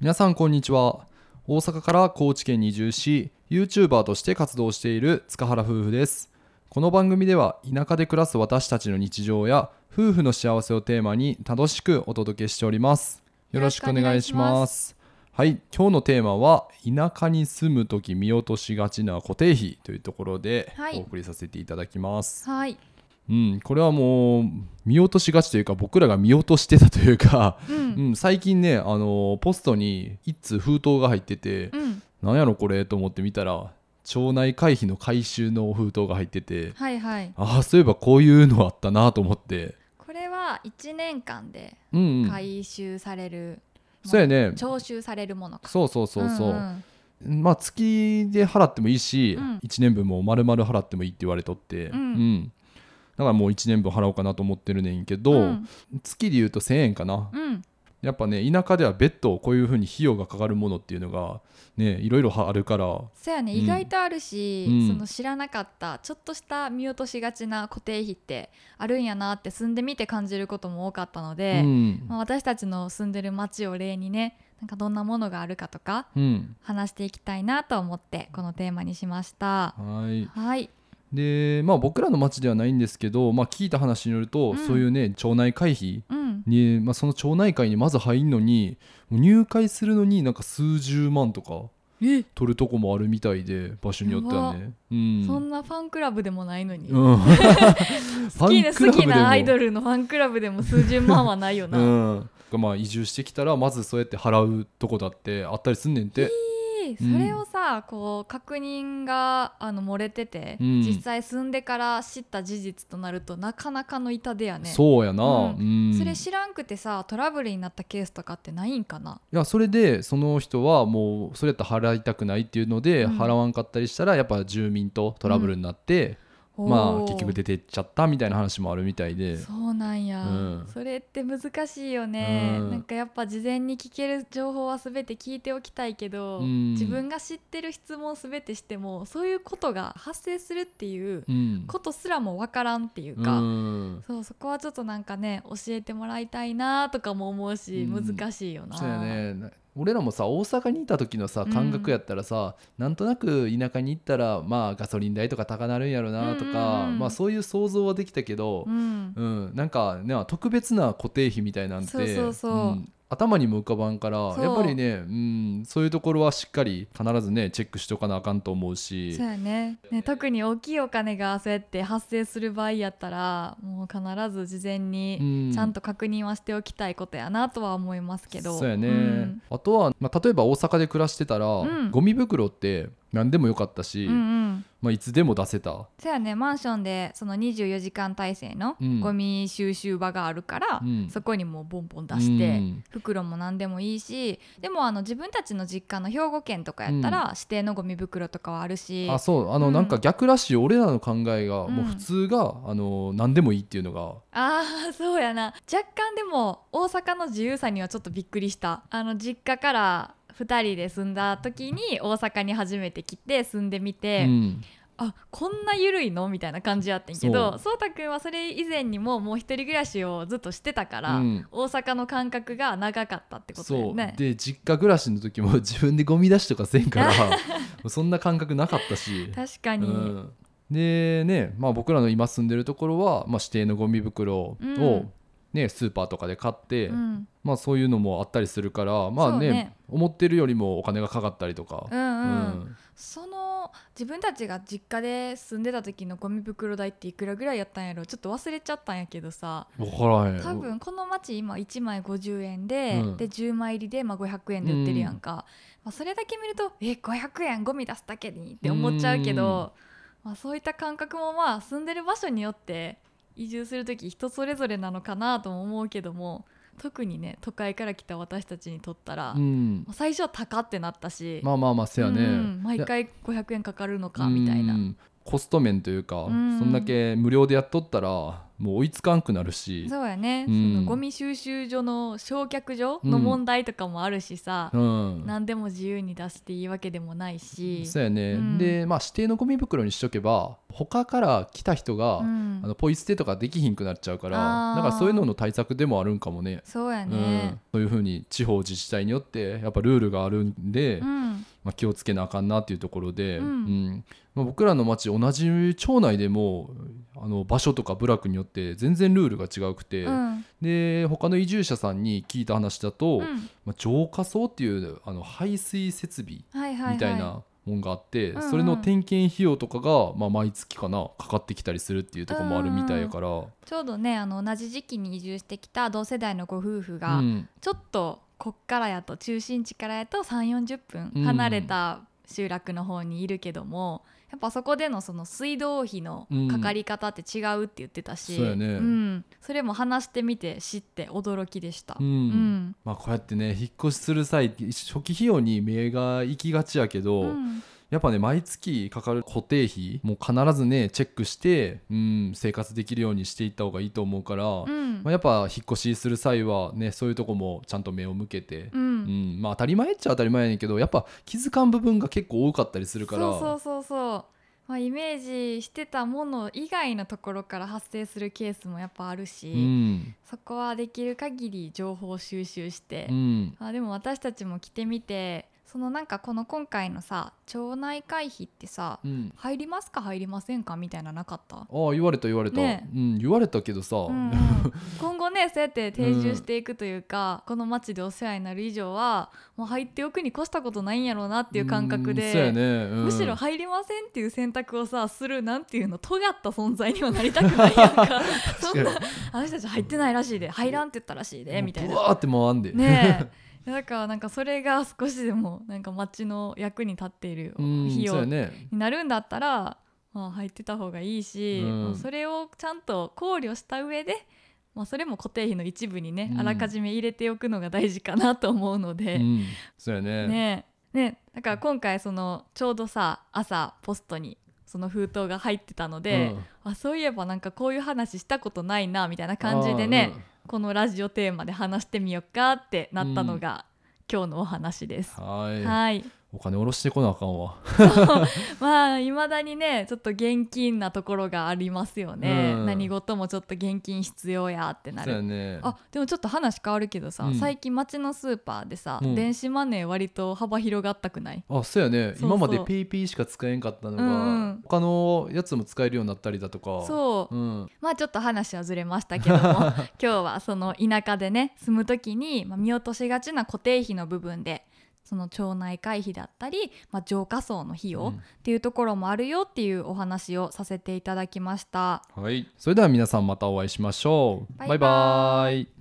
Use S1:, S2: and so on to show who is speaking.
S1: 皆さんこんにちは大阪から高知県に移住し YouTuber として活動している塚原夫婦ですこの番組では田舎で暮らす私たちの日常や夫婦の幸せをテーマに楽しくお届けしておりますよろしくお願いし
S2: よろしくお
S1: ま
S2: 願いします
S1: はい今日のテーマは田舎に住む時見落としがちな固定費というところで
S2: はい
S1: お送りさせていただきます、
S2: はい、
S1: うんこれはもう見落としがちというか僕らが見落としてたというか
S2: うん、
S1: うん、最近ね、あのーポストに一通封筒が入ってて、
S2: うん、
S1: なんやろこれと思って見たら町内会費の回収の封筒が入ってて
S2: はいはい。
S1: ああそういえばこういうのあったなと思って
S2: これは一年間で
S1: うん、うん、
S2: 回収される、
S1: そうやね
S2: 徴収されるものか。
S1: そうそうそうそう、
S2: ん
S1: まあ月で払ってもいいし、
S2: うん
S1: 1年分も丸々払ってもいいって言われとって、
S2: うん
S1: だからもう1年分払おうかなと思ってるねんけど、
S2: うん、うん、
S1: 月で言うと1000円かな
S2: うん、
S1: やっぱね田舎では別途こういうふうに費用がかかるものっていうのがねいろいろあるから
S2: そうやね、
S1: うん
S2: 意外とあるし、
S1: うん
S2: その知らなかった、ちょっとした見落としがちな固定費って。あるんやなって住んでみて感じることも多かったので、
S1: うん
S2: まあ、私たちの住んでる町を例にね。なんかどんなものがあるかとか
S1: うん、
S2: 話していきたいなと思ってこのテーマにしました。
S1: はい
S2: はい、
S1: でまあ僕らの町ではないんですけど、まあ、聞いた話によると、
S2: うん
S1: そういうね町内会費
S2: うん、
S1: に、まあ、その町内会にまず入んのに入会するのになんか数十万とか
S2: え、
S1: 取るとこもあるみたいで場所によってはね。うん
S2: そんなファンクラブでもないのに。
S1: うんファンクラ
S2: 好きな好
S1: ブで
S2: きなアイ
S1: も
S2: ドルのファンクラブでも数十万はないよな、
S1: うん、まあ移住してきたらまずそうやって払うとこだってあったりすんねんて。
S2: えーそれをさこう確認があの漏れてて、
S1: うん
S2: 実際住んでから知った事実となるとなかなかの痛手やね
S1: そうやな、
S2: うん
S1: うん
S2: それ知らんくてさトラブルになったケースとかってないんかない
S1: やそれでその人はもうそれやったら払いたくないっていうので、
S2: うん
S1: 払わんかったりしたらやっぱ住民とトラブルになって、まあ結局
S2: で
S1: 出てっちゃったみたいな話もあるみたいで
S2: そうなんや、
S1: うん
S2: それって難しいよね、
S1: うん
S2: なんかやっぱ事前に聞ける情報は全て聞いておきたいけど、
S1: うん
S2: 自分が知ってる質問全てしてもそういうことが発生するっていう
S1: うん
S2: ことすらも分からんっていう
S1: う
S2: か、
S1: ん
S2: そうそこはちょっとなんかね教えてもらいたいなとかも思うし、
S1: うん
S2: 難しいよな。
S1: そうやねな俺らもさ大阪にいた時のさ
S2: うん
S1: 感覚やったらさ、なんとなく田舎に行ったらまあガソリン代とか高なるんやろなとか、
S2: うんうんうん
S1: まあそういう想像はできたけど
S2: う、ん
S1: うんなんかね特別な固定費みたいなんて
S2: そうそうそうん
S1: 頭にも浮かばんから
S2: そう
S1: やっぱりね、うん、そういうところはしっかり必ずねチェックしとかなあかんと思うし
S2: そうやねね特に大きいお金がそうやって発生する場合やったらもう必ず事前
S1: う
S2: に
S1: ん
S2: ちゃんと確認はしておきたいことやなとは思いますけど、
S1: そうやね、
S2: ん
S1: あとは、まあ、例えば大阪で暮らしてたら、
S2: ん
S1: ゴミ袋って何でもよかったし、
S2: うんうん
S1: まあ、いつでも出せた、
S2: そうやねマンションでその24時間体制の
S1: うん
S2: ゴミ収集場があるから、
S1: うん
S2: そこにもうボンボン出して、
S1: うん
S2: 袋も何でもいいしでもあの自分たちの実家の兵庫県とかやったら、指定のゴミ袋とかはあるし
S1: あそうあの、
S2: うん
S1: なんか逆らしい俺らの考えが、
S2: うん
S1: もう普通があの何でもいいっていうのが
S2: あーそうやな若干でも大阪の自由さにはちょっとびっくりしたあの実家から2人で住んだ時に大阪に初めて来て住んでみて、
S1: うん
S2: あこんな緩いのみたいな感じやってんけ
S1: そ
S2: ど
S1: う
S2: そうたくんはそれ以前にももう一人暮らしをずっとしてたから、
S1: うん
S2: 大阪の感覚が長かったってことだ
S1: そ
S2: よ
S1: う
S2: ね。
S1: で実家暮らしの時も 自分でゴミ出しとかせんからも うそんな感覚なかったし。
S2: 確か
S1: う
S2: に、
S1: んでね、まあ、僕らの今住んでるところは、まあ、指定のゴミ袋を、
S2: うん
S1: ね、スーパーとかで買って、
S2: うん
S1: まあ、そういうのもあったりするから、まあね
S2: そうね
S1: 思ってるよりもお金がかかったりとか
S2: う。んうん
S1: うん
S2: その自分たちが実家で住んでた時のゴミ袋代っていくらぐらいやったんやろちょっと忘れちゃったんやけどさ
S1: 分からへん
S2: 多分この町今1枚50円で、
S1: うん
S2: で10枚入りで、まあ、500円で売ってるやんか、まあ、それだけ見るとえ500円ゴミ出すだけにって思っちゃうけど、まあ、そういった感覚もまあ住んでる場所によって移住する時人それぞれなのかなとも思うけども特にね都会から来た私たちにとったら、
S1: う
S2: も
S1: ん
S2: う最初は高ってなったし、
S1: まあまあまあせやね、
S2: うんうん毎回500円かかるのかみたいな
S1: う。んコスト面というか、
S2: ん
S1: そんだけ無料でやっとったらもう追いつかんくなるし
S2: そうやね、
S1: うん
S2: そのゴミ収集所の焼却所の問題とかもあるしさ、
S1: うん
S2: 何でも自由に出していいわけでもないし、
S1: そうやね、
S2: うん
S1: でまあ指定のゴミ袋にしとけば他から来た人が、
S2: うん
S1: あのポイ捨てとかできひんくなっちゃうから
S2: あー
S1: だからそういうのの対策でもあるんかもね
S2: そうや
S1: う
S2: ね
S1: ん、そういうふうに地方自治体によってやっぱルールがあるんで、
S2: うん
S1: まあ、気をつけなあかんなっていうところで、
S2: うん
S1: んまあ、僕らの町同じ町内でもあの場所とか部落によって全然ルールが違うくて、
S2: うん
S1: で他の移住者さんに聞いた話だと、
S2: うん
S1: まあ、浄化槽っていうあの排水設備
S2: はいはいはい
S1: みたいなもんがあって、
S2: うんうん
S1: それの点検費用とかが、まあ、毎月かなかかってきたりするっていうところもあるみたいやから、
S2: ちょうどねあの同じ時期に移住してきた同世代のご夫婦が、
S1: うん
S2: ちょっとこっからやと中心地からやと3 4 0
S1: うん
S2: 分離れた集落の方にいるけども、やっぱそこでのその水道費のかかり方って違うって言ってた
S1: う
S2: し、
S1: んそうやね
S2: んそれも話してみて知って驚きでした。
S1: うん
S2: うん
S1: まあ、こうやってね引っ越しする際初期費用に目が行きがちやけど、
S2: うん
S1: やっぱね毎月かかる固定費もう必ずねチェックして、うん、生活できるようにしていった方がいいと思うから、
S2: うん
S1: まあ、やっぱ引っ越しする際はねそういうとこもちゃんと目を向けて
S2: う、
S1: うん
S2: ん
S1: まあ当たり前っちゃ当たり前やねんけどやっぱ気づかん部分が結構多かったりするから
S2: そうそうそうそう、まあ、イメージしてたもの以外のところから発生するケースもやっぱあるし、
S1: うん
S2: そこはできる限り情報収集して、
S1: うん
S2: あでも私たちも着てみてそのなんかこの今回のさ町内会費ってさ、
S1: うん
S2: 入りますか入りませんかみたいななかった
S1: ああ言われた言われた、
S2: ね
S1: うん、言われたけどさ、
S2: うんうん今後ねそうやって定住していくというか、この町でお世話になる以上はもう入っておくに越したことないんやろうなっていう感覚で、
S1: うんそうやね、うん
S2: むしろ入りませんっていう選択をさするなんていうの尖った存在にはなりたくな いやんかそんなあの人たち入ってないらしいで入らんって言ったらしいでみたい
S1: もう
S2: な
S1: ブワーって回んで、
S2: ね えだからなんかそれが少しでもなんか町の役に立っている
S1: うん
S2: 費
S1: そう
S2: 用
S1: や
S2: に
S1: ね
S2: なるんだったら、まあ、入ってた方がいいし、
S1: うん
S2: まあそれをちゃんと考慮した上で、まあ、それも固定費の一部にね、
S1: うん
S2: あらかじめ入れておくのが大事かなと思うので。
S1: うん、そうやね
S2: ねえねえだから今回そのちょうどさ朝ポストにその封筒が入ってたので、あそういえばなんかこういう話したことないなみたいな感じでね、このラジオテーマで話してみようかってなったのが、今日のお話です。
S1: うんはーい
S2: はい、
S1: お金下ろしてこなあかんわ、
S2: まあいまだにねちょっと現金なところがありますよね、
S1: うん
S2: 何事もちょっと現金必要やってな
S1: そうや
S2: る、
S1: ね
S2: あでもちょっと話変わるけどさ、
S1: うん
S2: 最近街のスーパーでさ、
S1: うん
S2: 電子マネー割と幅広がったくない
S1: あそうやね
S2: そうそう
S1: 今までペイペイしか使えんかったのが、
S2: うんうん
S1: 他のやつも使えるようになったりだとか
S2: そう、
S1: うん、
S2: まあちょっと話はずれましたけ ども今日はその田舎でね住む時にまあ見落としがちな固定費の部分でその町内会費だったり、まあ、浄化層の費
S1: う
S2: 用
S1: ん
S2: っていうところもあるよっていうお話をさせていただきました。
S1: はい、それでは皆さんまたお会いしましょう。バ
S2: バ
S1: イ
S2: イ
S1: バ
S2: バ
S1: イ
S2: イ